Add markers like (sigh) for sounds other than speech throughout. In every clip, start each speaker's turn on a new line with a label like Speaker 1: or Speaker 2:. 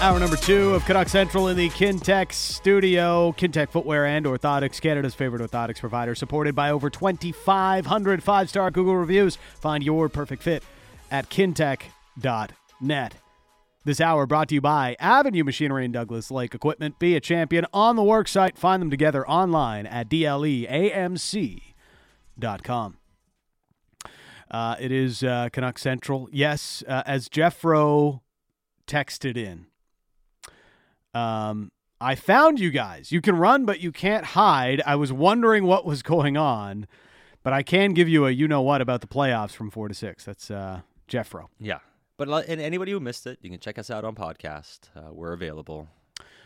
Speaker 1: Hour number two of Canuck Central in the Kintech studio. Kintech Footwear and Orthotics, Canada's favorite orthotics provider, supported by over 2,500 five star Google reviews. Find your perfect fit at kintech.net. This hour brought to you by Avenue Machinery and Douglas Lake Equipment. Be a champion on the worksite. Find them together online at E dleamc.com. Uh, it is uh, Canuck Central. Yes, uh, as Jeffro texted in. Um, I found you guys. You can run, but you can't hide. I was wondering what was going on, but I can give you a you know what about the playoffs from four to six. That's uh, Jeffro.
Speaker 2: Yeah. But li- and anybody who missed it, you can check us out on podcast. Uh, we're available.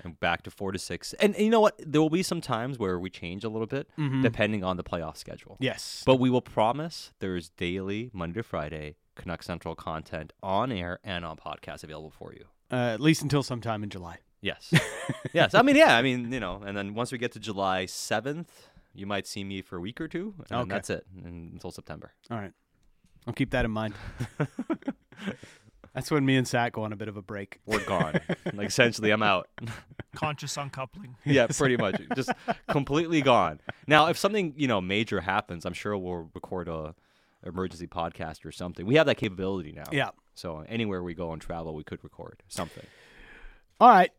Speaker 2: And back to four to six. And, and you know what? There will be some times where we change a little bit depending on the playoff schedule.
Speaker 1: Yes.
Speaker 2: But we will promise there's daily, Monday to Friday, Canuck Central content on air and on podcast available for you.
Speaker 1: Uh, at least until sometime in July.
Speaker 2: Yes. yes. I mean, yeah. I mean, you know, and then once we get to July 7th, you might see me for a week or two. And then
Speaker 1: Okay.
Speaker 2: that's it and, until September.
Speaker 1: All right. I'll keep that in mind. That's when me and Sat go on a bit of a break.
Speaker 2: We're gone. like, essentially, I'm out.
Speaker 3: Conscious uncoupling.
Speaker 1: (laughs)
Speaker 2: yeah, pretty much. Just completely gone. Now, if something, you know, major happens, I'm sure we'll record a emergency podcast or something. We have that capability now.
Speaker 1: Yeah.
Speaker 2: So anywhere we go and travel, we could record something.
Speaker 1: All right.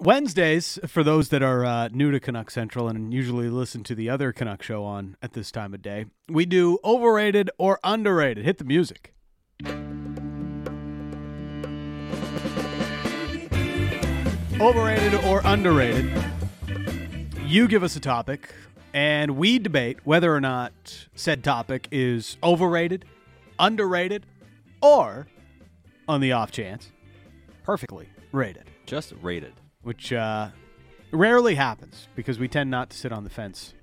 Speaker 1: Wednesdays, for those that are uh, new to Canuck Central and usually listen to the other Canuck show on at this time of day, we do overrated or underrated. Hit the music. Overrated or underrated. You give us a topic, and we debate whether or not said topic is overrated, underrated, or, on the off chance, perfectly rated
Speaker 2: Just rated.
Speaker 1: which uh, rarely happens because we tend not to sit on the fence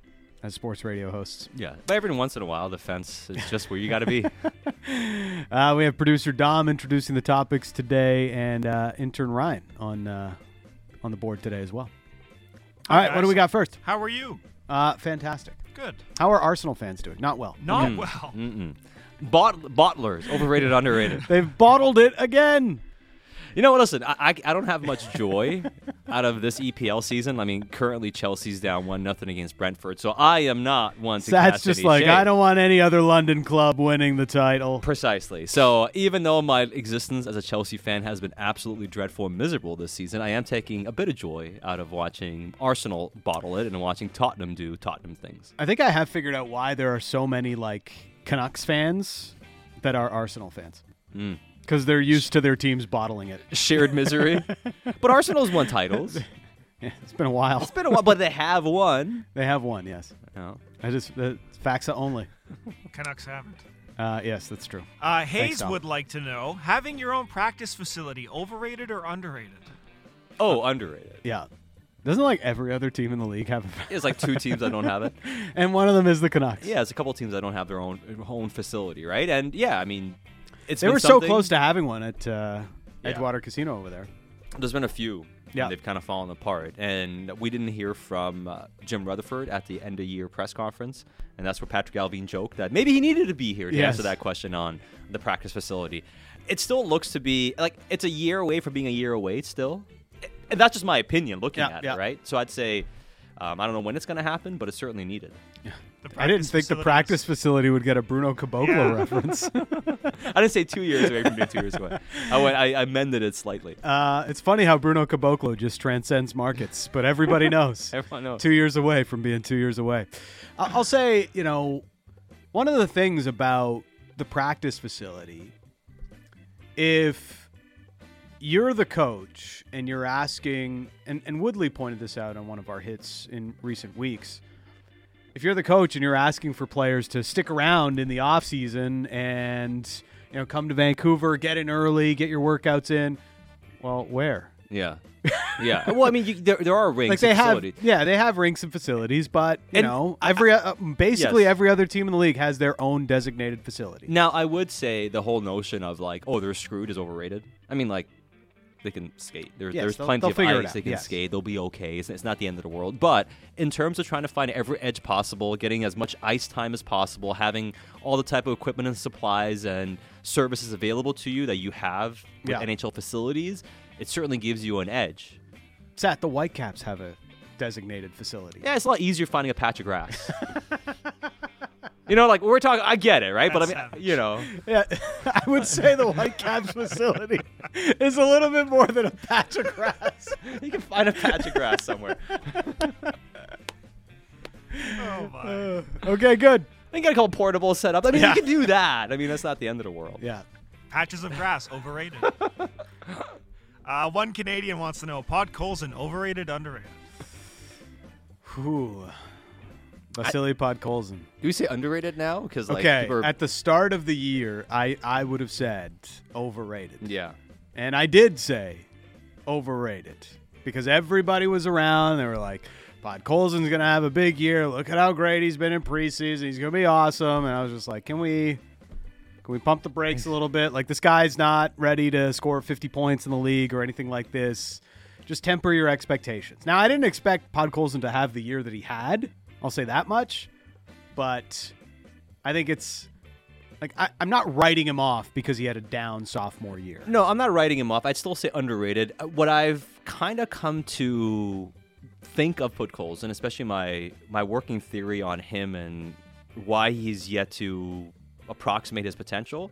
Speaker 1: as sports radio hosts.
Speaker 2: Yeah. But every once in a while, the fence is just where you got
Speaker 1: (laughs)
Speaker 2: to be.
Speaker 1: Uh, we have producer Dom introducing the topics today, and uh, intern Ryan on uh, on the board today as well. All right, what do
Speaker 3: guys.
Speaker 1: we got first?
Speaker 3: How are you?
Speaker 1: Uh, fantastic.
Speaker 3: Good.
Speaker 1: How are Arsenal fans doing? Not well.
Speaker 3: Not well.
Speaker 1: Mm.
Speaker 2: Bot- bottlers, overrated, underrated.
Speaker 1: They've bottled it again.
Speaker 2: You know what? Listen, I, I, I don't have much joy out of this EPL season. I mean, currently Chelsea's down one nothing against Brentford, so I am not one to.
Speaker 1: That's
Speaker 2: cast
Speaker 1: just
Speaker 2: any
Speaker 1: like
Speaker 2: shade.
Speaker 1: I don't want any other London club winning the title.
Speaker 2: Precisely. So even though my existence as a Chelsea fan has been absolutely dreadful and miserable this season, I am taking a bit of joy out of watching Arsenal bottle it and watching Tottenham do Tottenham things.
Speaker 1: I think I have figured out why there are so many like Canucks fans that are Arsenal fans
Speaker 2: Hmm.
Speaker 1: because they're used to their teams bottling it. (laughs)
Speaker 2: Shared misery. but Arsenal's won titles. It's
Speaker 1: Yeah, it's been a while.
Speaker 2: been a while, but they have won.
Speaker 1: They have one, yes.
Speaker 2: No.
Speaker 1: I just uh, Faxa only.
Speaker 3: Canucks haven't.
Speaker 1: Uh, yes, that's true.
Speaker 3: Uh, Hayes
Speaker 1: Dom.
Speaker 3: would like to know having your own practice facility, overrated or underrated?
Speaker 2: Oh, underrated.
Speaker 1: Yeah, doesn't like every other team in the league have, a, (laughs)
Speaker 2: It's like two teams that don't have it.
Speaker 1: and one of them is the Canucks.
Speaker 2: Yeah, it's a couple teams that don't have their own own facility, right? And yeah, I mean, it's
Speaker 1: they
Speaker 2: been
Speaker 1: were so
Speaker 2: something-
Speaker 1: close to having one at uh,
Speaker 2: Yeah.
Speaker 1: Edgewater Casino over there.
Speaker 2: There's been a few. and
Speaker 1: Yeah.
Speaker 2: they've kind of fallen apart, and we didn't hear from uh, Jim Rutherford at the end of year press conference, and that's where Patrick Alvine joked that maybe he needed to be here to
Speaker 1: Yes.
Speaker 2: answer that question on the practice facility. It still looks to be like it's a year away from being a year away still, and that's just my opinion looking
Speaker 1: Yeah,
Speaker 2: at
Speaker 1: yeah.
Speaker 2: it, right? So I'd say um, I don't know when it's going to happen, but it's certainly needed. (laughs)
Speaker 3: The
Speaker 1: I didn't
Speaker 3: practice
Speaker 1: think the
Speaker 3: facility
Speaker 1: practice
Speaker 3: is-
Speaker 1: facility would get a Bruno Caboclo
Speaker 2: (laughs)
Speaker 3: Yeah.
Speaker 1: reference.
Speaker 2: I didn't say two years away from being two years away. I went, I, I mended it slightly.
Speaker 1: Uh, it's funny how Bruno Caboclo just transcends markets, but everybody
Speaker 2: (laughs)
Speaker 1: knows.
Speaker 2: Everyone knows.
Speaker 1: Two years away from being two years away. I- I'll say, you know, one of the things about the practice facility, if you're the coach and you're asking, and, and Woodley pointed this out on one of our hits in recent weeks. If you're the coach and you're asking for players to stick around in the offseason and you know come to Vancouver, get in early, get your workouts in, well, where? (laughs)
Speaker 2: Yeah, yeah. well, I mean, you, there, there are rings.
Speaker 1: Like they
Speaker 2: and
Speaker 1: have,
Speaker 2: facilities.
Speaker 1: yeah, they have rinks and facilities, but you
Speaker 2: And
Speaker 1: know, every uh, basically
Speaker 2: Yes.
Speaker 1: every other team in the league has their own designated facility.
Speaker 2: Now, I would say the whole notion of like, oh, they're screwed is overrated. I mean, like, they can skate. There,
Speaker 1: Yes,
Speaker 2: there's
Speaker 1: they'll-
Speaker 2: plenty
Speaker 1: they'll
Speaker 2: of
Speaker 1: figure it
Speaker 2: ice.
Speaker 1: out,
Speaker 2: They can
Speaker 1: yes.
Speaker 2: skate. They'll be okay. It's, it's not the end of the world. But in terms of trying to find every edge possible, getting as much ice time as possible, having all the type of equipment and supplies and services available to you that you have with
Speaker 1: Yeah.
Speaker 2: NHL facilities, it certainly gives you an edge.
Speaker 1: Sat, the Whitecaps have a designated facility.
Speaker 2: Yeah, it's a lot easier finding a patch of grass. you know, like we're talking. I get it, right?
Speaker 3: That's
Speaker 2: but I mean,
Speaker 3: savage.
Speaker 2: you know.
Speaker 1: Yeah, (laughs) I would say the
Speaker 2: (laughs)
Speaker 1: Whitecaps facility is a little bit more than a patch of grass.
Speaker 2: You can find a patch of grass somewhere.
Speaker 3: Oh my.
Speaker 1: (laughs) Uh, okay, good.
Speaker 2: You got a couple portables set up. I mean,
Speaker 1: Yeah.
Speaker 2: you can do that. I mean, that's not the end of the world.
Speaker 1: Yeah.
Speaker 3: Patches of grass,
Speaker 1: (laughs)
Speaker 3: overrated. uh, one Canadian wants to know: Pod Colson, overrated, underrated?
Speaker 1: Whew. Vasily Podkolzin.
Speaker 2: Do we say underrated now? Because like,
Speaker 1: okay,
Speaker 2: people are-
Speaker 1: at the start of the year, I, I would have said overrated.
Speaker 2: yeah,
Speaker 1: And I did say overrated because everybody was around. They were like, Pod Colson's going to have a big year. Look at how great he's been in preseason. He's going to be awesome. And I was just like, can we. Can we pump the brakes a little bit? Like this guy's not ready to score 50 points in the league or anything like this. Just temper your expectations. Now, I didn't expect Pod Colson to have the year that he had. I'll say that much. But I think it's like I, I'm not writing him off because he had a down sophomore year.
Speaker 2: no, I'm not writing him off. I'd still say underrated. Uh, What I've kind of come to think of Put Coles, and especially my my working theory on him and why he's yet to approximate his potential,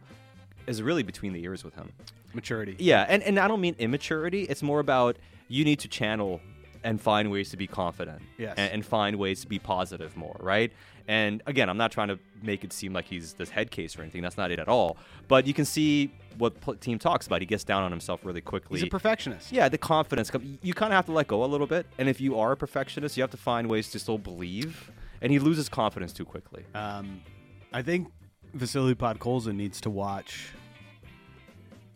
Speaker 2: is really between the ears with him.
Speaker 1: Maturity.
Speaker 2: Yeah, and, and I don't mean immaturity. It's more about you need to channel and find ways to be confident.
Speaker 1: Yes.
Speaker 2: And, and find ways to be positive more, right? And again, I'm not trying to make it seem like he's this head case or anything. That's not it at all. But you can see what pl- team talks about. He gets down on himself really quickly.
Speaker 1: He's a perfectionist.
Speaker 2: yeah, the confidence. come- You kind of have to let go a little bit. And if you are a perfectionist, you have to find ways to still believe. And he loses confidence too quickly.
Speaker 1: Um, I think Vasily Podkolzin needs to watch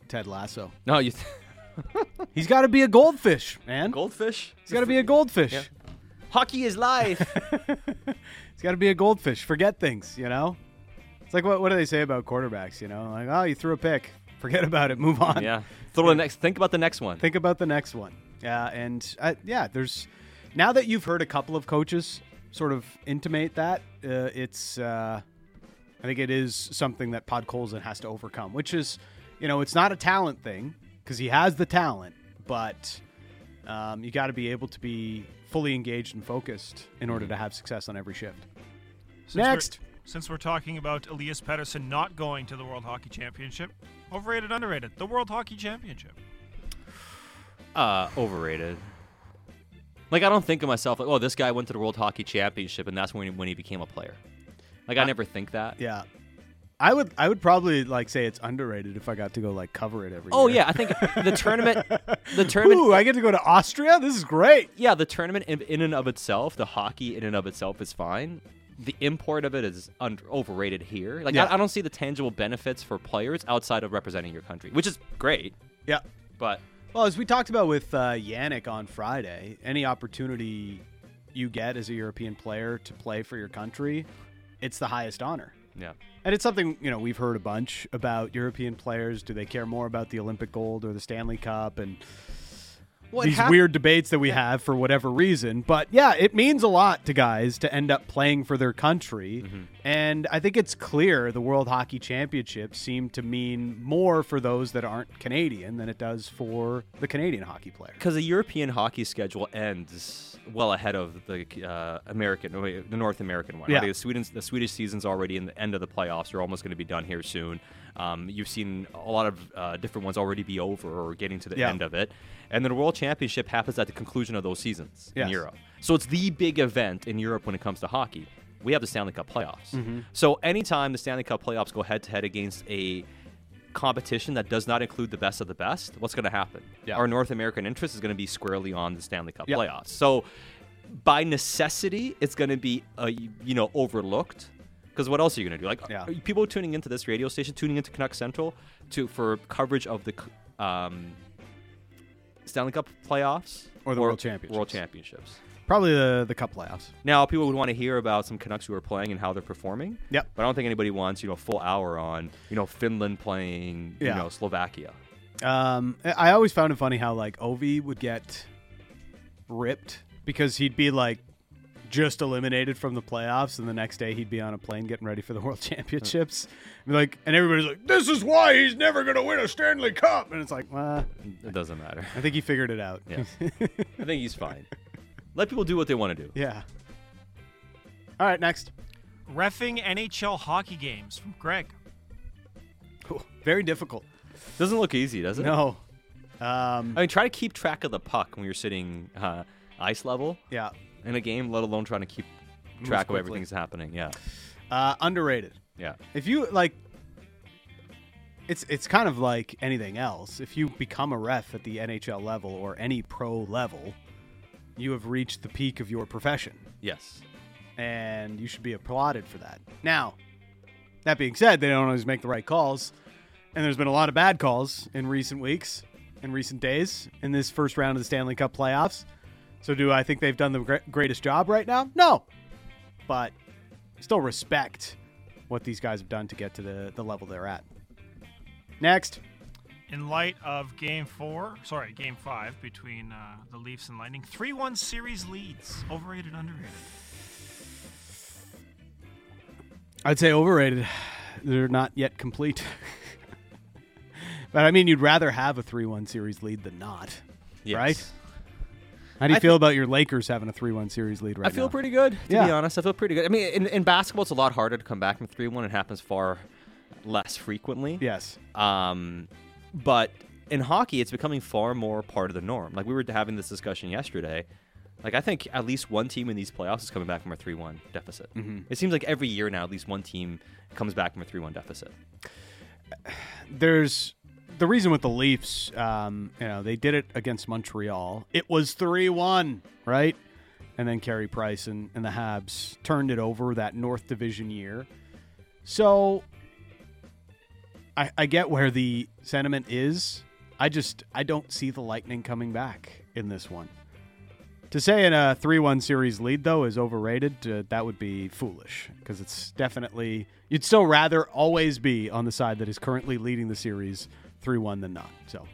Speaker 1: Ted Lasso.
Speaker 2: no, you th-
Speaker 1: He's got to be a goldfish, man.
Speaker 2: goldfish.
Speaker 1: He's got to be a goldfish.
Speaker 2: Yeah. Hockey is life.
Speaker 1: He's got to be a goldfish. Forget things, you know? It's like, what, what do they say about quarterbacks, you know? Like, oh, you threw a pick. Forget about it. Move on.
Speaker 2: (laughs) yeah. Throw the next. Think about the next one.
Speaker 1: Think about the next one. Yeah, and I, yeah, there's now that you've heard a couple of coaches sort of intimate that uh, it's, uh, I think it is something that Pod Colson has to overcome, which is, you know, it's not a talent thing because he has the talent, but um, you got to be able to be fully engaged and focused in order to have success on every shift.
Speaker 3: Since we're-
Speaker 1: Next.
Speaker 3: since we're talking about Elias Pettersson not going to the World Hockey Championship, overrated, underrated, the World Hockey Championship.
Speaker 2: Uh, overrated. Like I don't think of myself like, oh, this guy went to the World Hockey Championship and that's when he, when he became a player. Like I never think that.
Speaker 1: Yeah. I would I would probably like say it's underrated if I got to go like cover it every
Speaker 2: Oh
Speaker 1: year.
Speaker 2: yeah, I think the tournament,
Speaker 1: (laughs)
Speaker 2: the tournament,
Speaker 1: Ooh, I get to go to Austria? This is great.
Speaker 2: yeah, the tournament in, in and of itself, the hockey in and of itself is fine. The import of it is under, overrated here. Like
Speaker 1: Yeah.
Speaker 2: I, I don't see the tangible benefits for players outside of representing your country, which is great,
Speaker 1: Yeah.
Speaker 2: but
Speaker 1: Well, as we talked about with uh, Yannick on Friday, any opportunity you get as a European player to play for your country, it's the highest honor.
Speaker 2: yeah.
Speaker 1: And it's something, you know, we've heard a bunch about European players. Do they care more about the Olympic gold or the Stanley Cup? And
Speaker 2: Well, it
Speaker 1: these
Speaker 2: hap-
Speaker 1: weird debates that we have for whatever reason. But yeah, it means a lot to guys to end up playing for their country. And I think it's clear the World Hockey Championship seemed to mean more for those that aren't Canadian than it does for the Canadian hockey player.
Speaker 2: because the European hockey schedule ends well ahead of the uh, American, no, wait, the North American one.
Speaker 1: Yeah.
Speaker 2: Right? The Sweden, the Swedish season's already in the end of the playoffs. They're almost going to be done here soon. Um, you've seen a lot of uh, different ones already be over or getting to the
Speaker 1: Yeah.
Speaker 2: end of it, and then the World Championship happens at the conclusion of those seasons in
Speaker 1: Yes.
Speaker 2: Europe. So it's the big event in Europe when it comes to hockey. We have the Stanley Cup playoffs.
Speaker 1: Mm-hmm.
Speaker 2: So anytime the Stanley Cup playoffs go head to head against a competition that does not include the best of the best, what's going to happen?
Speaker 1: Yeah.
Speaker 2: Our North American interest is going to be squarely on the Stanley Cup
Speaker 1: Yeah.
Speaker 2: playoffs. So by necessity, it's going to be uh, y- you know overlooked. Because what else are you going to do? Like
Speaker 1: Yeah.
Speaker 2: are people tuning into this radio station, tuning into Canuck Central to for coverage of the c- um, Stanley Cup playoffs
Speaker 1: Or the World Championships.
Speaker 2: World Championships.
Speaker 1: Probably the, the Cup playoffs.
Speaker 2: Now, people would want to hear about some Canucks who are playing and how they're performing.
Speaker 1: Yep.
Speaker 2: But I don't think anybody wants, you know, a full hour on, you know, Finland playing,
Speaker 1: Yeah.
Speaker 2: you know, Slovakia.
Speaker 1: Um, I I always found it funny how like Ovi would get ripped because he'd be like just eliminated from the playoffs, and the next day he'd be on a plane getting ready for the (laughs) World Championships. And like, and everybody's like, "This is why he's never gonna win a Stanley Cup," and it's like, well,
Speaker 2: It doesn't (laughs) matter.
Speaker 1: I think he figured it out.
Speaker 2: Yeah. I think he's fine. Let people do what they want to do.
Speaker 1: (laughs) yeah. All right, next.
Speaker 3: Refing NHL hockey games from Greg.
Speaker 1: Very difficult.
Speaker 2: Doesn't look easy, does it?
Speaker 1: No. Um,
Speaker 2: I mean, try to keep track of the puck when you're sitting uh, ice level
Speaker 1: yeah.
Speaker 2: in a game, let alone trying to keep track of
Speaker 1: quickly.
Speaker 2: everything that's happening. Yeah.
Speaker 1: Uh, underrated.
Speaker 2: Yeah.
Speaker 1: If you like, it's it's kind of like anything else. If you become a ref at the NHL level or any pro level, you have reached the peak of your profession,
Speaker 2: Yes.
Speaker 1: and you should be applauded for that. Now, that being said, they don't always make the right calls, and there's been a lot of bad calls in recent weeks, in recent days, in this first round of the Stanley Cup playoffs. So, do I think they've done the gre- greatest job right now? No, but still respect what these guys have done to get to the, the level they're at. Next.
Speaker 3: In light of game four, sorry, game five between uh, the Leafs and Lightning, 3 1 series leads. Overrated, underrated.
Speaker 1: I'd say overrated. They're not yet complete. (laughs) but I mean, you'd rather have a 3 1 series lead than not.
Speaker 2: Yes.
Speaker 1: Right? How do you
Speaker 2: I
Speaker 1: feel about your Lakers having a 3 1 series lead right
Speaker 2: I
Speaker 1: now?
Speaker 2: feel pretty good, to
Speaker 1: Yeah.
Speaker 2: be honest. I feel pretty good. I mean, in, in basketball, it's a lot harder to come back from 3 1. It happens far less frequently.
Speaker 1: Yes.
Speaker 2: Um, but in hockey, it's becoming far more part of the norm. Like we were having this discussion yesterday. Like I think at least one team in these playoffs is coming back from a three-one deficit. It seems like every year now, at least one team comes back from a three-one deficit.
Speaker 1: There's the reason with the Leafs, um, you know, they did it against Montreal. It was 3 1, right? And then Carey Price and, and the Habs turned it over that North Division year. So I, I get where the sentiment is. I just I don't see the Lightning coming back in this one. To say in a three-one series lead though is overrated. Uh, that would be foolish because it's definitely you'd still rather always be on the side that is currently leading the series three-one than not. So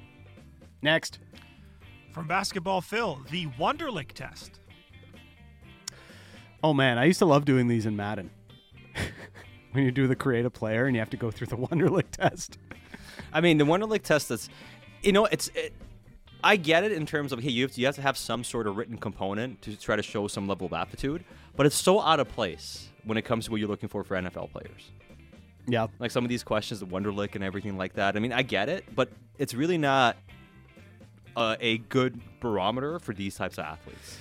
Speaker 1: next,
Speaker 3: From basketball, Phil, the Wonderlick test.
Speaker 1: oh man, I used to love doing these in Madden. (laughs) when you do the create a player and you have to go through the (laughs) Wonderlick test.
Speaker 2: I mean, the Wonderlic test is, you know, it's. It, I get it in terms of hey, you have to, you have to have some sort of written component to try to show some level of aptitude, but it's so out of place when it comes to what you're looking for for NFL players.
Speaker 1: Yeah,
Speaker 2: like some of these questions, the Wonderlick and everything like that. I mean, I get it, but it's really not uh, a good barometer for these types of athletes.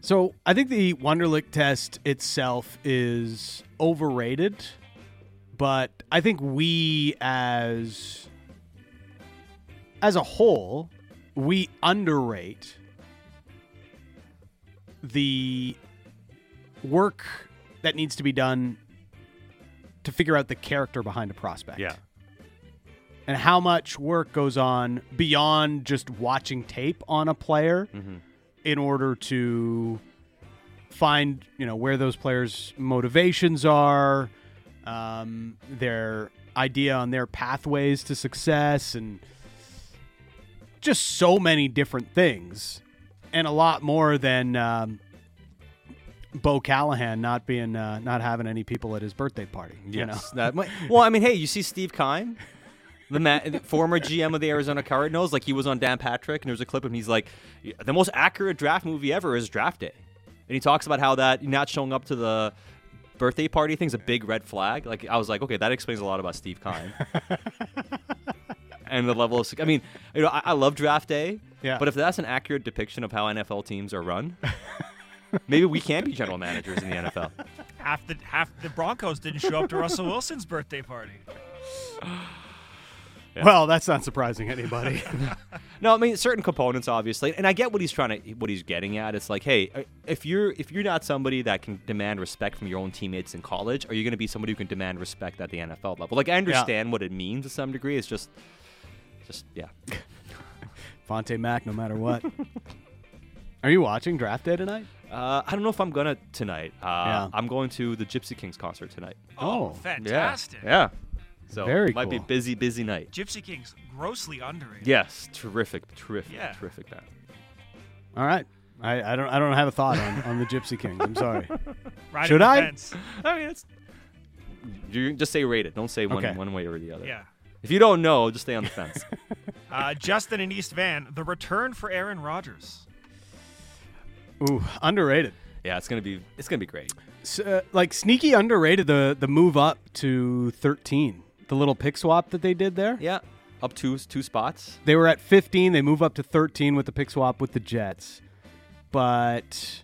Speaker 1: So I think the Wonderlic test itself is overrated, but I think we as as a whole, we underrate the work that needs to be done to figure out the character behind a prospect and how much work goes on beyond just watching tape on a player in order to find you know where those players motivations are um, their idea on their pathways to success and just so many different things and a lot more than um, Bo Callahan not being uh, not having any people at his birthday party you know (laughs)
Speaker 2: That might- well, I mean, hey, you see Steve Kime, the ma- the former GM of the Arizona Cardinals, like he was on Dan Patrick, and there's a clip of him. He's like, the most accurate draft movie ever is Draft Day, and he talks about how that not showing up to the birthday party thing's a big red flag. Like I was like, okay, that explains a lot about Steve Kime. And the level of, suc- I mean, you know, I, I love draft day,
Speaker 1: Yeah.
Speaker 2: but if that's an accurate depiction of how NFL teams are run, maybe we can be general managers in the NFL.
Speaker 3: Half the half the Broncos didn't show
Speaker 2: (laughs)
Speaker 3: up to Russell Wilson's birthday party.
Speaker 1: well that's not surprising anybody (laughs)
Speaker 2: No, I mean certain components, obviously, and I get what he's trying to, what he's getting at. It's like, hey, uh, if you're if you're not somebody that can demand respect from your own teammates in college, are you going to be somebody who can demand respect at the NFL level? Like, I understand what it means to some degree. It's just, just yeah.
Speaker 1: Fonte Mac, no matter what. Are you watching Draft Day tonight?
Speaker 2: Uh, I don't know if I'm gonna tonight. Uh,
Speaker 1: Yeah.
Speaker 2: I'm going to the Gypsy Kings concert tonight.
Speaker 1: Oh,
Speaker 3: Fantastic.
Speaker 2: Yeah. So
Speaker 1: Very
Speaker 2: it might be
Speaker 1: cool.
Speaker 2: busy, busy night.
Speaker 3: Gypsy Kings, grossly underrated.
Speaker 2: Yes, terrific, terrific,
Speaker 3: Yeah.
Speaker 2: terrific band.
Speaker 1: All right. I, I don't I don't have a thought on, on the Gypsy Kings. I'm sorry.
Speaker 3: Riding
Speaker 1: Should
Speaker 3: the
Speaker 1: I?
Speaker 3: Fence.
Speaker 2: (laughs) I mean, it's you just say rate it. Don't say one
Speaker 1: Okay.
Speaker 2: one way or the other.
Speaker 3: Yeah.
Speaker 2: If you don't know, just stay on the fence.
Speaker 3: Uh, Justin and East Van, the return for Aaron Rodgers.
Speaker 1: Ooh, underrated.
Speaker 2: yeah, it's gonna be it's gonna be great.
Speaker 1: S- uh, like sneaky underrated the the move up to 13. The little pick swap that they did there.
Speaker 2: Yeah, up two two spots.
Speaker 1: They were at 15. They move up to 13 with the pick swap with the Jets. But,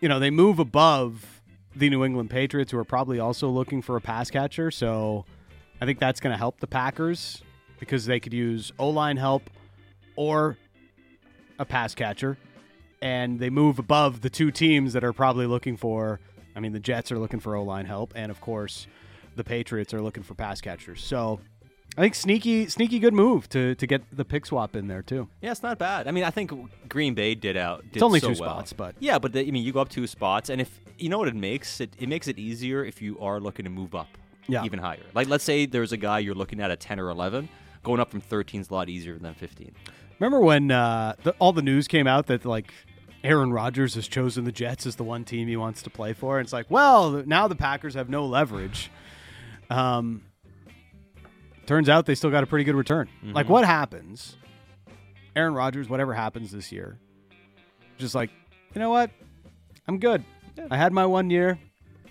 Speaker 1: you know, they move above the New England Patriots, who are probably also looking for a pass catcher. So I think that's going to help the Packers because they could use O line help or a pass catcher. And they move above the two teams that are probably looking for. I mean, the Jets are looking for O line help. And, of course, the Patriots are looking for pass catchers. So. I think sneaky, sneaky good move to to get the pick swap in there too.
Speaker 2: Yeah, it's not bad. I mean, I think Green Bay did out. Did
Speaker 1: only
Speaker 2: so
Speaker 1: two
Speaker 2: well.
Speaker 1: spots, but-
Speaker 2: yeah, but the, I mean, you go up two spots, and if you know what it makes it, it makes it easier if you are looking to move up,
Speaker 1: Yeah.
Speaker 2: even higher. Like, let's say there's a guy you're looking at a ten or eleven, going up from thirteen is a lot easier than fifteen.
Speaker 1: Remember when uh, the, all the news came out that like Aaron Rodgers has chosen the Jets as the one team he wants to play for, and it's like, well, now the Packers have no leverage. Um, turns out they still got a pretty good return. Like, what happens? Aaron Rodgers, whatever happens this year, just like, you know what? I'm good. I had my one year.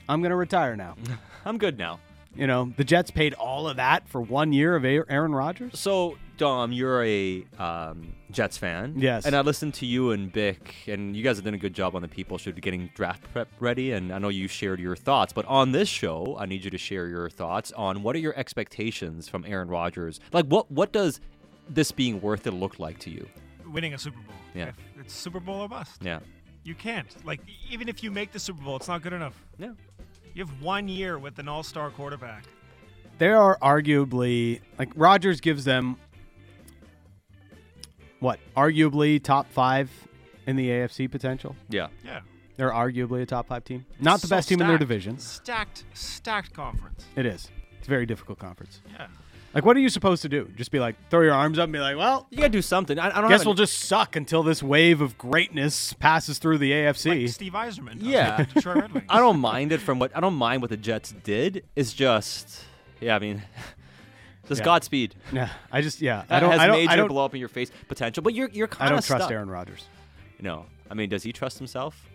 Speaker 1: I'm gonna retire now.
Speaker 2: I'm good now.
Speaker 1: You know, the Jets paid all of that for one year of A- Aaron Rodgers.
Speaker 2: So, Dom, you're a um, Jets fan.
Speaker 1: Yes.
Speaker 2: And I listened to you and Bick, and you guys have done a good job on the people should be getting draft prep ready. And I know you shared your thoughts, but on this show, I need you to share your thoughts on what are your expectations from Aaron Rodgers? Like, what what does this being worth it look like to you?
Speaker 3: Winning a Super Bowl.
Speaker 2: Yeah.
Speaker 3: If it's Super Bowl or bust.
Speaker 2: Yeah.
Speaker 3: You can't. Like, e-, even if you make the Super Bowl, it's not good enough.
Speaker 2: Yeah.
Speaker 3: You have one year with an all star quarterback.
Speaker 1: They are arguably like Rodgers gives them what arguably top five in the AFC potential.
Speaker 2: Yeah.
Speaker 3: Yeah.
Speaker 1: They're arguably a top five team, not the
Speaker 3: So
Speaker 1: best team in their
Speaker 3: stacked.
Speaker 1: division.
Speaker 3: Stacked, stacked conference.
Speaker 1: It is. It's a very difficult conference.
Speaker 3: Yeah.
Speaker 1: Like, what are you supposed to do? Just be like, throw your arms up and be like, well,
Speaker 2: You got to do something. I, I don't
Speaker 1: guess
Speaker 2: have
Speaker 1: we'll
Speaker 2: an-
Speaker 1: just suck until this wave of greatness passes through the AFC.
Speaker 3: Like Steve Eiserman. does
Speaker 2: Yeah.
Speaker 3: with the Detroit Red
Speaker 1: (laughs)
Speaker 3: Wings.
Speaker 2: I don't mind it from what I don't mind what the Jets did. It's just, yeah, I mean, (laughs) just
Speaker 1: Yeah.
Speaker 2: Godspeed.
Speaker 1: yeah, I just yeah,
Speaker 2: That
Speaker 1: I don't,
Speaker 2: has
Speaker 1: I don't,
Speaker 2: major
Speaker 1: I don't,
Speaker 2: blow up in your face potential, but you're you're
Speaker 1: I
Speaker 2: kind
Speaker 1: don't
Speaker 2: of
Speaker 1: trust
Speaker 2: stuck.
Speaker 1: Aaron Rodgers.
Speaker 2: No. I mean, does he trust himself?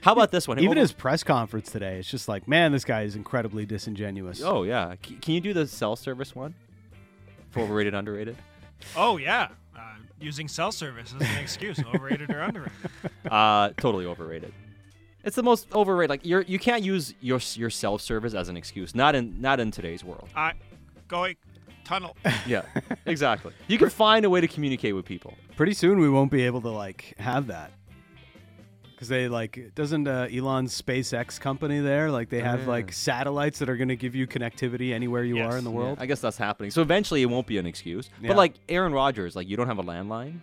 Speaker 2: How about this one?
Speaker 1: Even
Speaker 2: Oh,
Speaker 1: his press conference today, it's just like, man, this guy is incredibly disingenuous.
Speaker 2: Oh, yeah. C- can you do the cell service one? For overrated, underrated?
Speaker 1: (laughs)
Speaker 3: Oh yeah, uh, using cell service as an
Speaker 1: (laughs)
Speaker 3: excuse, overrated or underrated.
Speaker 2: Uh, totally overrated. It's the most overrated. Like you're, you can't use your s- your self service as an excuse. Not in not in today's world.
Speaker 3: I going tunnel.
Speaker 2: Yeah, (laughs) exactly. You can find a way to communicate with people.
Speaker 1: Pretty soon we won't be able to like have that because they like doesn't uh, Elon's SpaceX company there like they have
Speaker 2: Oh, yeah.
Speaker 1: like satellites that are going to give you connectivity anywhere you
Speaker 3: Yes.
Speaker 1: are in the
Speaker 3: Yeah.
Speaker 1: world.
Speaker 2: I guess that's happening. So eventually, it won't be an excuse.
Speaker 1: Yeah.
Speaker 2: But like Aaron Rodgers, like you don't have a landline.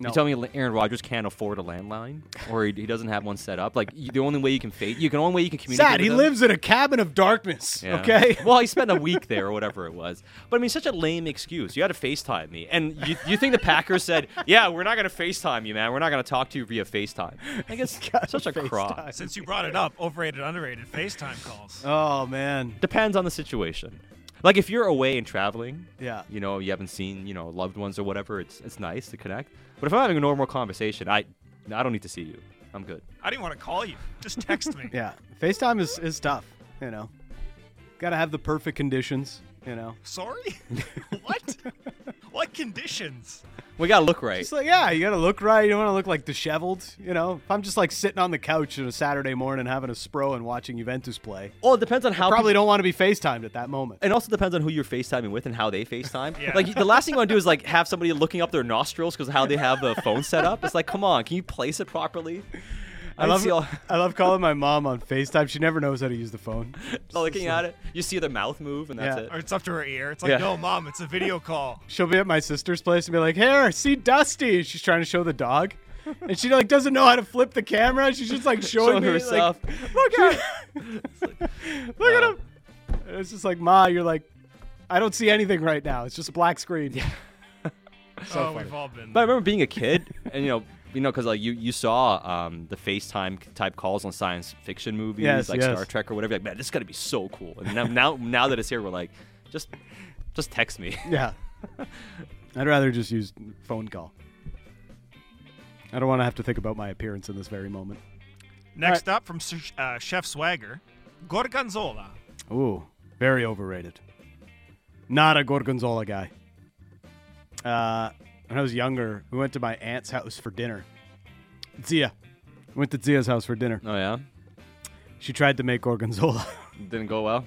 Speaker 1: No.
Speaker 2: You tell me Aaron Rodgers can't afford a landline, or he, he doesn't have one set up. Like you, the only way you can fate, you can only way you can communicate.
Speaker 1: Sad.
Speaker 2: with
Speaker 1: He
Speaker 2: him-
Speaker 1: lives in a cabin of darkness.
Speaker 2: Yeah.
Speaker 1: Okay.
Speaker 2: Well, he spent a week there or whatever it was. But I mean, such a lame excuse. You had to FaceTime me. And you, you think the Packers said, yeah, we're not going to FaceTime you, man. We're not going to talk to you
Speaker 1: (laughs)
Speaker 2: via FaceTime. (laughs) I guess such a crock.
Speaker 1: FaceTime.
Speaker 3: Since you brought it up, overrated, underrated FaceTime calls.
Speaker 1: Oh man.
Speaker 2: Depends on the situation. Like if you're away and traveling,
Speaker 1: Yeah.
Speaker 2: you know, you haven't seen, you know, loved ones or whatever, it's, it's nice to connect. But if I'm having a normal conversation, I, I don't need to see you. I'm good.
Speaker 3: I didn't want to call you. Just text me.
Speaker 1: Yeah. FaceTime is is tough. You know. Got to have the perfect conditions. You know. (laughs)
Speaker 3: Sorry. what? What conditions?
Speaker 2: We got to look right.
Speaker 1: It's like, yeah, you gotta look right. You don't want to look like disheveled. You know, if I'm just like sitting on the couch on a Saturday morning having a spro and watching Juventus play,
Speaker 2: Well, it depends on how
Speaker 1: probably
Speaker 2: people-
Speaker 1: don't want to be FaceTimed at that moment.
Speaker 2: It also depends on who you're FaceTiming with and how they FaceTime.
Speaker 3: Yeah.
Speaker 2: Like the last thing you want to do is like (laughs) have somebody looking up their nostrils because how they have the phone set up. It's like, come on, can you place it properly? I,
Speaker 1: I love,
Speaker 2: see all (laughs)
Speaker 1: I love calling my mom on FaceTime. She never knows how to use the phone.
Speaker 2: looking at it. You see the mouth move, and that's
Speaker 1: Yeah.
Speaker 2: it.
Speaker 3: Or it's up to her ear. It's like,
Speaker 2: Yeah.
Speaker 3: no, mom, it's a video call.
Speaker 1: (laughs) She'll be at my sister's place and be like, "Here, see Dusty." She's trying to show the dog. and she like doesn't know how to flip the camera. She's just like showing
Speaker 2: Showing
Speaker 1: me, like,
Speaker 2: herself.
Speaker 1: (laughs) Look
Speaker 2: (laughs)
Speaker 1: at, look at
Speaker 2: Uh,
Speaker 1: him. And it's just like Ma, you're like, I don't see anything right now. It's just a black screen. Yeah.
Speaker 3: oh,
Speaker 1: funny.
Speaker 3: we've all been.
Speaker 2: But I
Speaker 3: there.
Speaker 2: remember being a kid, and you know, you know, because like you you saw um, the FaceTime type calls on science fiction movies,
Speaker 1: Yes,
Speaker 2: like
Speaker 1: yes.
Speaker 2: Star Trek or whatever. Like, man, this is gonna be so cool. And now, now, now that it's here, we're like, just, just text me.
Speaker 1: Yeah. (laughs) I'd rather just use phone call. I don't want to have to think about my appearance in this very moment.
Speaker 3: Next up from Sir- uh, Chef Swagger, Gorgonzola.
Speaker 1: Ooh, very overrated. Not a Gorgonzola guy. Uh, when I was younger, we went to my aunt's house for dinner. Zia. Went to Zia's house for dinner.
Speaker 2: (laughs) Oh yeah,
Speaker 1: She tried to make Gorgonzola. (laughs)
Speaker 2: didn't go well.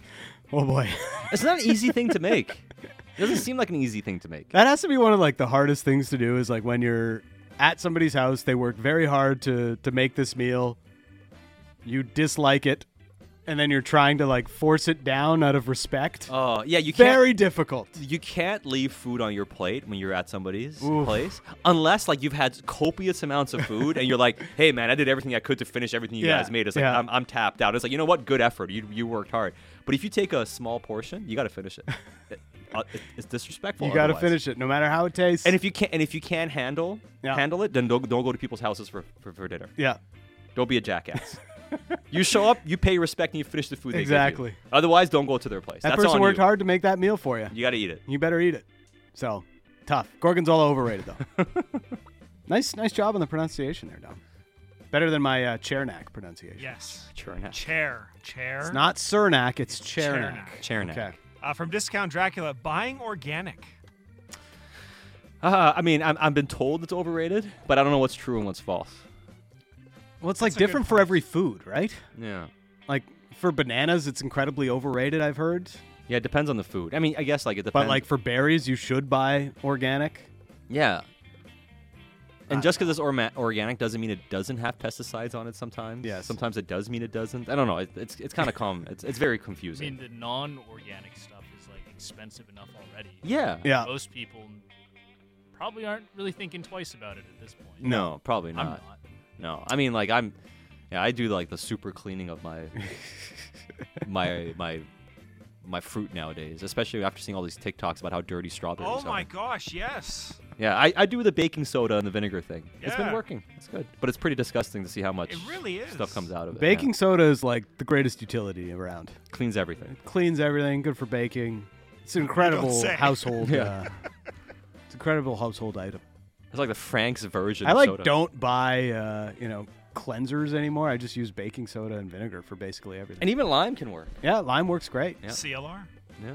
Speaker 1: Oh boy.
Speaker 2: It's not an easy thing to make. It doesn't seem like an easy thing to make.
Speaker 1: That has to be one of like the hardest things to do is like when you're at somebody's house, they work very hard to to make this meal. You dislike it, and then you're trying to like force it down out of respect.
Speaker 2: Oh yeah, you can't.
Speaker 1: very difficult.
Speaker 2: you can't leave food on your plate when you're at somebody's
Speaker 1: Oof.
Speaker 2: place unless like you've had copious amounts of food and you're like hey man i did everything i could to finish everything you
Speaker 1: Yeah,
Speaker 2: guys made it's like
Speaker 1: yeah.
Speaker 2: I'm, I'm tapped out it's like you know what good effort you, you worked hard but if you take a small portion you got to finish it It- uh, it- it's disrespectful
Speaker 1: You got to
Speaker 2: otherwise.
Speaker 1: finish it no matter how it tastes.
Speaker 2: and if you can't and if you can handle
Speaker 1: Yeah.
Speaker 2: handle it then don't, don't go to people's houses for, for, for dinner
Speaker 1: yeah.
Speaker 2: don't be a
Speaker 1: (laughs)
Speaker 2: jackass you show up you pay respect and you finish the food they give you.
Speaker 1: Exactly.
Speaker 2: otherwise don't go to their place
Speaker 1: That
Speaker 2: That's
Speaker 1: person
Speaker 2: on
Speaker 1: worked
Speaker 2: you.
Speaker 1: hard to make that meal for you.
Speaker 2: you got to eat it
Speaker 1: You better eat it. So, tough. Gorgonzola overrated
Speaker 2: (laughs)
Speaker 1: though. nice nice job on the pronunciation there, Dom. Better than my uh, Chernak pronunciation.
Speaker 3: Yes.
Speaker 2: Chernak.
Speaker 3: Chair. Chair.
Speaker 1: It's not Cernak, it's Chernak.
Speaker 3: Chernak.
Speaker 2: Chernak. (laughs)
Speaker 1: Okay.
Speaker 3: Uh, from Discount Dracula, buying organic.
Speaker 2: Uh, I mean, I'm, I've been told it's overrated, but I don't know what's true and what's false.
Speaker 1: Well, it's like
Speaker 3: That's a good
Speaker 1: different for every food, right?
Speaker 2: Yeah.
Speaker 1: Like for bananas, it's incredibly overrated. I've heard,
Speaker 2: Yeah, it depends on the food. I mean, I guess like it
Speaker 1: but
Speaker 2: depends.
Speaker 1: like for berries, you should buy organic.
Speaker 2: yeah. And just because it's orma- organic doesn't mean it doesn't have pesticides on it. Sometimes,
Speaker 1: Yes.
Speaker 2: Sometimes it does mean it doesn't. I don't know. It, it's it's kind of common. It's it's very
Speaker 4: I mean,
Speaker 2: confusing.
Speaker 4: the non-organic stuff is like expensive enough already.
Speaker 2: yeah.
Speaker 1: Yeah,
Speaker 4: Most people probably aren't really thinking twice about it at this point.
Speaker 2: No, probably
Speaker 4: I'm
Speaker 2: not.
Speaker 4: not.
Speaker 2: No, I mean like I'm. Yeah, I do like the super cleaning of (laughs) my my my my fruit nowadays, especially after seeing all these TikToks about how dirty strawberries
Speaker 3: Oh
Speaker 2: are.
Speaker 3: my gosh, yes.
Speaker 2: Yeah, I, I do the baking soda and the vinegar thing. It's been
Speaker 3: Yeah.
Speaker 2: working. It's good. But it's pretty disgusting to see how much
Speaker 3: It really is.
Speaker 2: stuff comes out of it. yeah.
Speaker 1: baking soda is like the greatest utility around.
Speaker 2: cleans everything.
Speaker 1: Cleans everything. Good for baking. It's an incredible
Speaker 3: say. (laughs)
Speaker 1: household.
Speaker 2: Yeah.
Speaker 1: Uh, it's an incredible household item.
Speaker 2: It's like the Frank's version
Speaker 1: I
Speaker 2: of
Speaker 1: like
Speaker 2: soda.
Speaker 1: don't buy uh, you know cleansers anymore. I just use baking soda and vinegar for basically everything.
Speaker 2: And even lime can work.
Speaker 1: yeah, lime works great.
Speaker 2: Yeah.
Speaker 3: CLR.
Speaker 2: Yeah.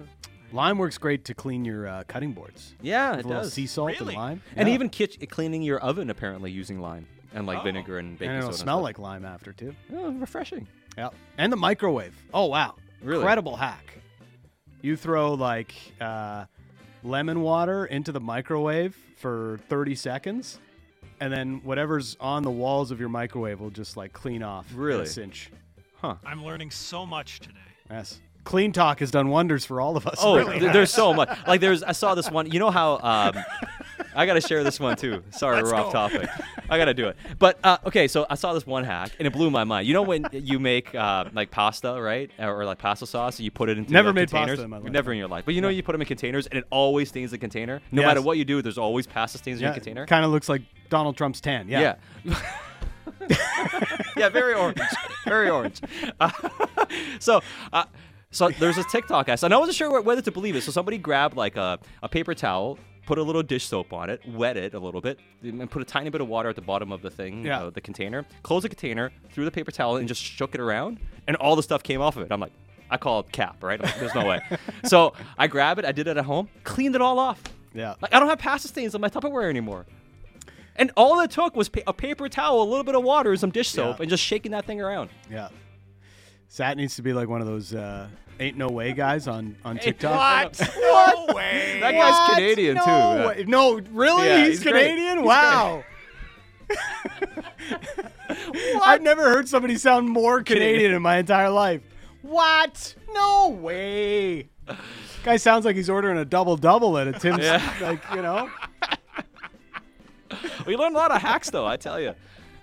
Speaker 1: Lime works great to clean your uh, cutting boards.
Speaker 2: Yeah,
Speaker 1: With
Speaker 2: it
Speaker 1: a little
Speaker 2: does.
Speaker 1: sea salt
Speaker 3: Really?
Speaker 1: and lime,
Speaker 2: And
Speaker 1: Yeah.
Speaker 2: even kitch- cleaning your oven apparently using lime and like
Speaker 3: Oh.
Speaker 2: vinegar and baking
Speaker 1: and it'll
Speaker 2: soda.
Speaker 1: smell like lime after too.
Speaker 2: like oh, refreshing.
Speaker 1: Yeah. And the microwave. Oh wow.
Speaker 2: Really?
Speaker 1: Incredible hack. You throw like uh, lemon water into the microwave for 30 seconds and then whatever's on the walls of your microwave will just like clean off in
Speaker 2: Really?
Speaker 1: a cinch.
Speaker 3: I'm learning so much today.
Speaker 1: Yes. Clean talk has done wonders for all of us.
Speaker 2: Oh, th- there's so much. Like there's, I saw this one. You know how? Um, I gotta share this one too. Sorry, we're off topic. I gotta do it. But uh, okay, so I saw this one hack and it blew my mind. You know when you make uh, like pasta, right, or, or, like pasta sauce, you put it into
Speaker 1: Never
Speaker 2: the
Speaker 1: made pasta
Speaker 2: containers.
Speaker 1: in my life.
Speaker 2: Never in your life. But you know you put them in containers and it always stains the container. No
Speaker 1: Yes.
Speaker 2: matter what you do, there's always pasta stains in
Speaker 1: yeah,
Speaker 2: your container.
Speaker 1: Kind of looks like Donald Trump's tan. Yeah.
Speaker 2: Yeah. (laughs) yeah, very orange. Very orange. (laughs) Uh, so, uh, so there's a TikTok I saw, and I wasn't sure wh- whether to believe it. So somebody grabbed like a, a paper towel, put a little dish soap on it, wet it a little bit, and put a tiny bit of water at the bottom of the thing,
Speaker 1: Yeah.
Speaker 2: uh, the container, closed the container, threw the paper towel, and just shook it around, and all the stuff came off of it. I'm like, I call it cap, right? I'm like, There's
Speaker 1: (laughs)
Speaker 2: no way. so I grab it, I did it at home, cleaned it all off.
Speaker 1: Yeah.
Speaker 2: Like I don't have pasta stains on my Tupperware anymore. And all it took was pa- a paper towel, a little bit of water, and some dish soap,
Speaker 1: Yeah.
Speaker 2: and just shaking that thing around.
Speaker 1: Yeah. Sat needs to be like one of those uh, ain't no way guys on, on TikTok. (laughs)
Speaker 3: no way.
Speaker 2: That guy's Canadian
Speaker 1: no
Speaker 2: too. Yeah.
Speaker 1: way- No, really?
Speaker 2: Yeah,
Speaker 1: he's,
Speaker 2: he's great.
Speaker 1: Canadian? wow. (laughs) I've never heard somebody sound more Canadian in my entire life. What? No way. Guy sounds (laughs) like he's ordering a double double at a Tim's.
Speaker 2: Yeah.
Speaker 1: Like, you know?
Speaker 2: we learned a lot of hacks, though. I tell you,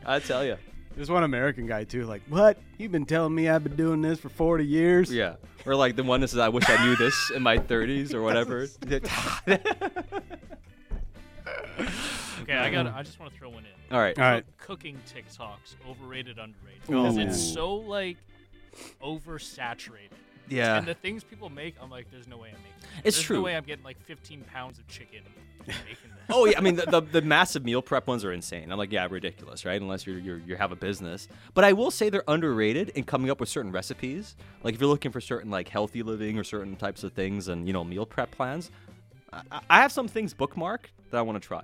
Speaker 2: I tell you.
Speaker 1: There's one American guy too. Like, what? You've been telling me I've been doing this for 40 years.
Speaker 2: Yeah, or like the one that says, "I wish I knew this in my 30s" or (laughs) whatever.
Speaker 3: Okay, I got. I just want to throw one in.
Speaker 2: All right.
Speaker 1: All right.
Speaker 3: Cooking TikToks, overrated, underrated, because it's so like oversaturated.
Speaker 2: Yeah.
Speaker 3: And the things people make, I'm like, there's no way I'm making. This.
Speaker 2: It's
Speaker 3: there's
Speaker 2: true.
Speaker 3: No way I'm getting like 15 pounds of chicken. from
Speaker 2: (laughs)
Speaker 3: making this.
Speaker 2: oh yeah, I mean the, the, the massive meal prep ones are insane. I'm like, yeah, ridiculous, right? Unless you're, you're you have a business. But I will say they're underrated in coming up with certain recipes. Like if you're looking for certain like healthy living or certain types of things and you know meal prep plans, I, I- I have some things bookmarked that I want to try.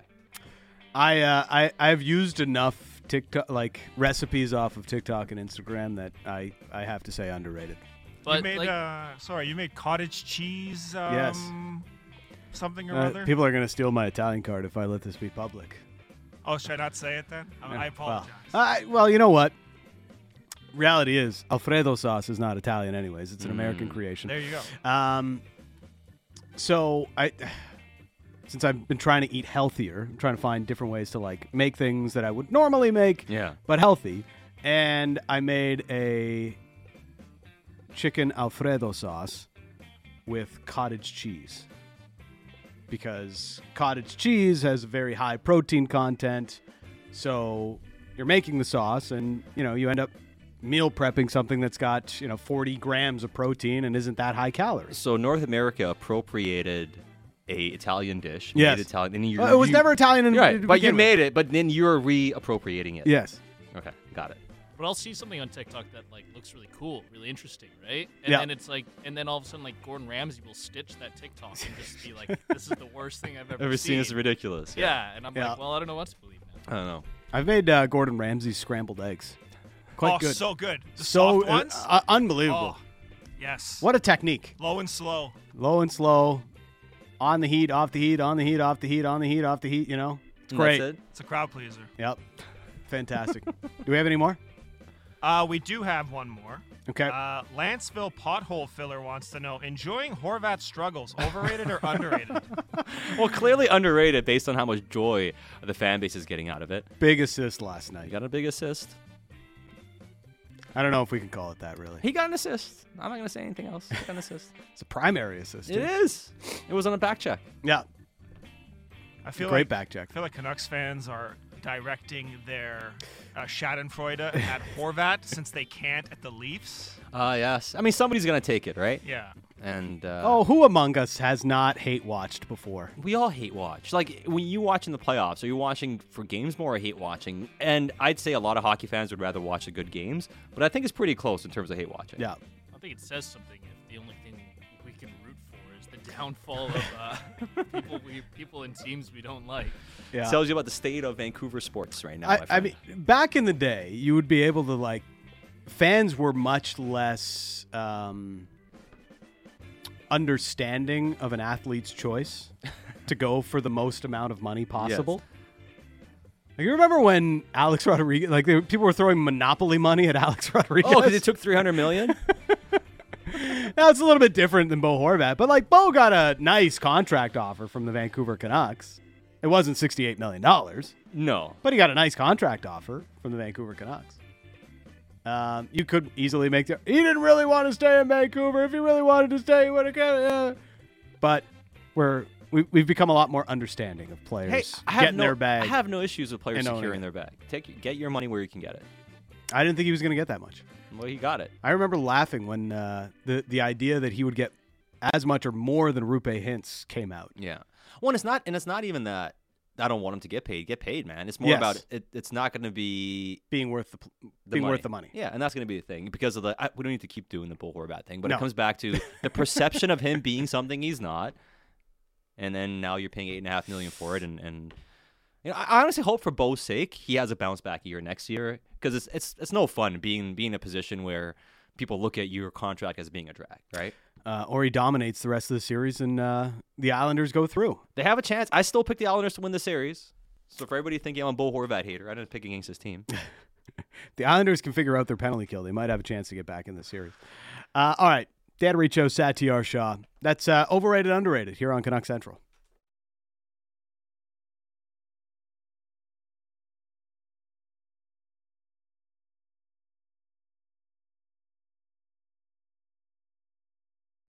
Speaker 1: I, uh, I I've used enough TikTok like recipes off of TikTok and Instagram that I I have to say underrated.
Speaker 3: But
Speaker 4: you made
Speaker 3: like,
Speaker 4: uh, sorry, you made cottage cheese. Um,
Speaker 1: Yes.
Speaker 4: Something or
Speaker 1: Uh,
Speaker 4: other.
Speaker 1: people are gonna steal my Italian card if I let this be public.
Speaker 4: oh, should I not say it then? I, I apologize.
Speaker 1: Well, uh, I, well, you know what? Reality is, Alfredo sauce is not Italian, anyways. It's an American creation.
Speaker 4: Mm. there you go.
Speaker 1: Um, so I, (sighs) since I've been trying to eat healthier, I'm trying to find different ways to like make things that I would normally make,
Speaker 2: Yeah.
Speaker 1: but healthy. And I made a chicken Alfredo sauce with cottage cheese because cottage cheese has a very high protein content. So you're making the sauce, and you know you end up meal prepping something that's got you know 40 grams of protein and isn't that high calories.
Speaker 2: So North America appropriated a Italian dish.
Speaker 1: Yes.
Speaker 2: Made Italian. And you,
Speaker 1: Uh, it was
Speaker 2: you-
Speaker 1: never Italian, in,
Speaker 2: You're right,
Speaker 1: to
Speaker 2: but you
Speaker 1: begin with.
Speaker 2: made it, but then you're reappropriating it.
Speaker 1: Yes.
Speaker 2: Okay, got it.
Speaker 3: but I'll see something on TikTok that like looks really cool, really interesting, right? And
Speaker 1: Yeah.
Speaker 3: then it's like, and then all of a sudden, like Gordon Ramsay will stitch that TikTok and just be like, "This is the worst
Speaker 2: (laughs)
Speaker 3: thing I've ever,
Speaker 2: Ever seen is ridiculous.
Speaker 3: Yeah, and I'm
Speaker 1: Yeah.
Speaker 3: like, well, I don't know what to believe now.
Speaker 2: I don't know.
Speaker 1: I've made uh, Gordon Ramsay's scrambled eggs. Quite
Speaker 4: oh,
Speaker 1: good.
Speaker 4: so good. The
Speaker 1: So,
Speaker 4: soft ones.
Speaker 1: uh, uh, unbelievable.
Speaker 4: Oh, yes.
Speaker 1: What a technique.
Speaker 4: Low and slow.
Speaker 1: Low and slow, on the heat, off the heat, on the heat, off the heat, on the heat, off the heat, you know? It's
Speaker 2: And
Speaker 1: great.
Speaker 2: That's it.
Speaker 4: It's a crowd pleaser.
Speaker 1: Yep. Fantastic. (laughs) Do we have any more?
Speaker 4: Uh, we do have one more.
Speaker 1: Okay.
Speaker 4: Uh, Lanceville pothole filler wants to know: enjoying Horvat's struggles, overrated or underrated?
Speaker 2: Well, clearly underrated based on how much joy the fan base is getting out of it.
Speaker 1: big assist last
Speaker 2: He
Speaker 1: night.
Speaker 2: got a big assist.
Speaker 1: I don't know if we can call it that, really.
Speaker 2: He got an assist. I'm not gonna say anything else. He got an (laughs) assist.
Speaker 1: It's a primary assist.
Speaker 2: it
Speaker 1: too.
Speaker 2: is. It was on a back check.
Speaker 1: Yeah.
Speaker 4: I feel
Speaker 1: Great
Speaker 4: like
Speaker 1: back check.
Speaker 4: I feel like Canucks fans are directing their uh, Schadenfreude
Speaker 1: (laughs)
Speaker 4: at Horvat since they can't at the Leafs.
Speaker 2: Ah, yes. I mean, somebody's gonna take it, right?
Speaker 4: Yeah.
Speaker 2: And uh,
Speaker 1: Oh, who among us has not hate watched before?
Speaker 2: we all hate watch. Like when you watch in the playoffs, are you watching for games more or hate watching? And I'd say a lot of hockey fans would rather watch the good games, but I think it's pretty close in terms of hate watching.
Speaker 1: Yeah.
Speaker 3: I think it says something if the only thing we can root for is the downfall of
Speaker 2: (laughs)
Speaker 3: uh, people we people and teams we don't like.
Speaker 1: Yeah.
Speaker 2: Tells you about the state of Vancouver sports right now.
Speaker 1: I,
Speaker 2: my
Speaker 1: I
Speaker 2: friend.
Speaker 1: mean, back in the day, you would be able to like. Fans were much less um, understanding of an athlete's choice to go for the most amount of money possible. Like, you remember when Alex Rodriguez, like they, people were throwing Monopoly money at Alex (laughs) Rodriguez?
Speaker 2: oh, because it took
Speaker 1: (laughs)
Speaker 2: 300 million.
Speaker 1: now it's a little bit different than Bo Horvat, but like Bo got a nice contract offer from the Vancouver Canucks. It wasn't sixty-eight million dollars.
Speaker 2: no,
Speaker 1: But he got a nice contract offer from the Vancouver Canucks. Um, you could easily make the. He didn't really want to stay in Vancouver. If he really wanted to stay, he would have. Uh, but we're we, we've become a lot more understanding of players
Speaker 2: Hey, I have
Speaker 1: getting
Speaker 2: no,
Speaker 1: their bag.
Speaker 2: I have no issues with players
Speaker 1: and owning
Speaker 2: securing
Speaker 1: it.
Speaker 2: their bag. Take get your money where you can get it.
Speaker 1: I didn't think he was going to get that much.
Speaker 2: Well, he got it.
Speaker 1: I remember laughing when uh, the the idea that he would get as much or more than Rupe Hintz came out.
Speaker 2: Yeah. Well, and it's not, and it's not even that I don't want him to get paid. Get paid, man. It's more
Speaker 1: Yes.
Speaker 2: about it. It's not going to be
Speaker 1: Being worth the, pl-
Speaker 2: the
Speaker 1: being
Speaker 2: money.
Speaker 1: worth the money.
Speaker 2: Yeah, and that's going to be the thing because of the. I, we don't need to keep doing the bull or bad thing, but
Speaker 1: No.
Speaker 2: it comes back
Speaker 1: (laughs)
Speaker 2: to the perception of him being something he's not, and then now you're paying eight and a half million for it, and and. You know, I I honestly hope for Bo's sake he has a bounce back year next year because it's, it's it's no fun being being in a position where people look at your contract as being a drag, right?
Speaker 1: Uh, or he dominates the rest of the series, and uh, the Islanders go through.
Speaker 2: They have a chance. I still pick the Islanders to win the series. So for everybody thinking I'm a Bo Horvat hater, I didn't pick against his team.
Speaker 1: the Islanders can figure out their penalty kill, they might have a chance to get back in the series. Uh, all right. Dan Riccio, Satyar Shah. That's uh, overrated, underrated here on Canuck Central.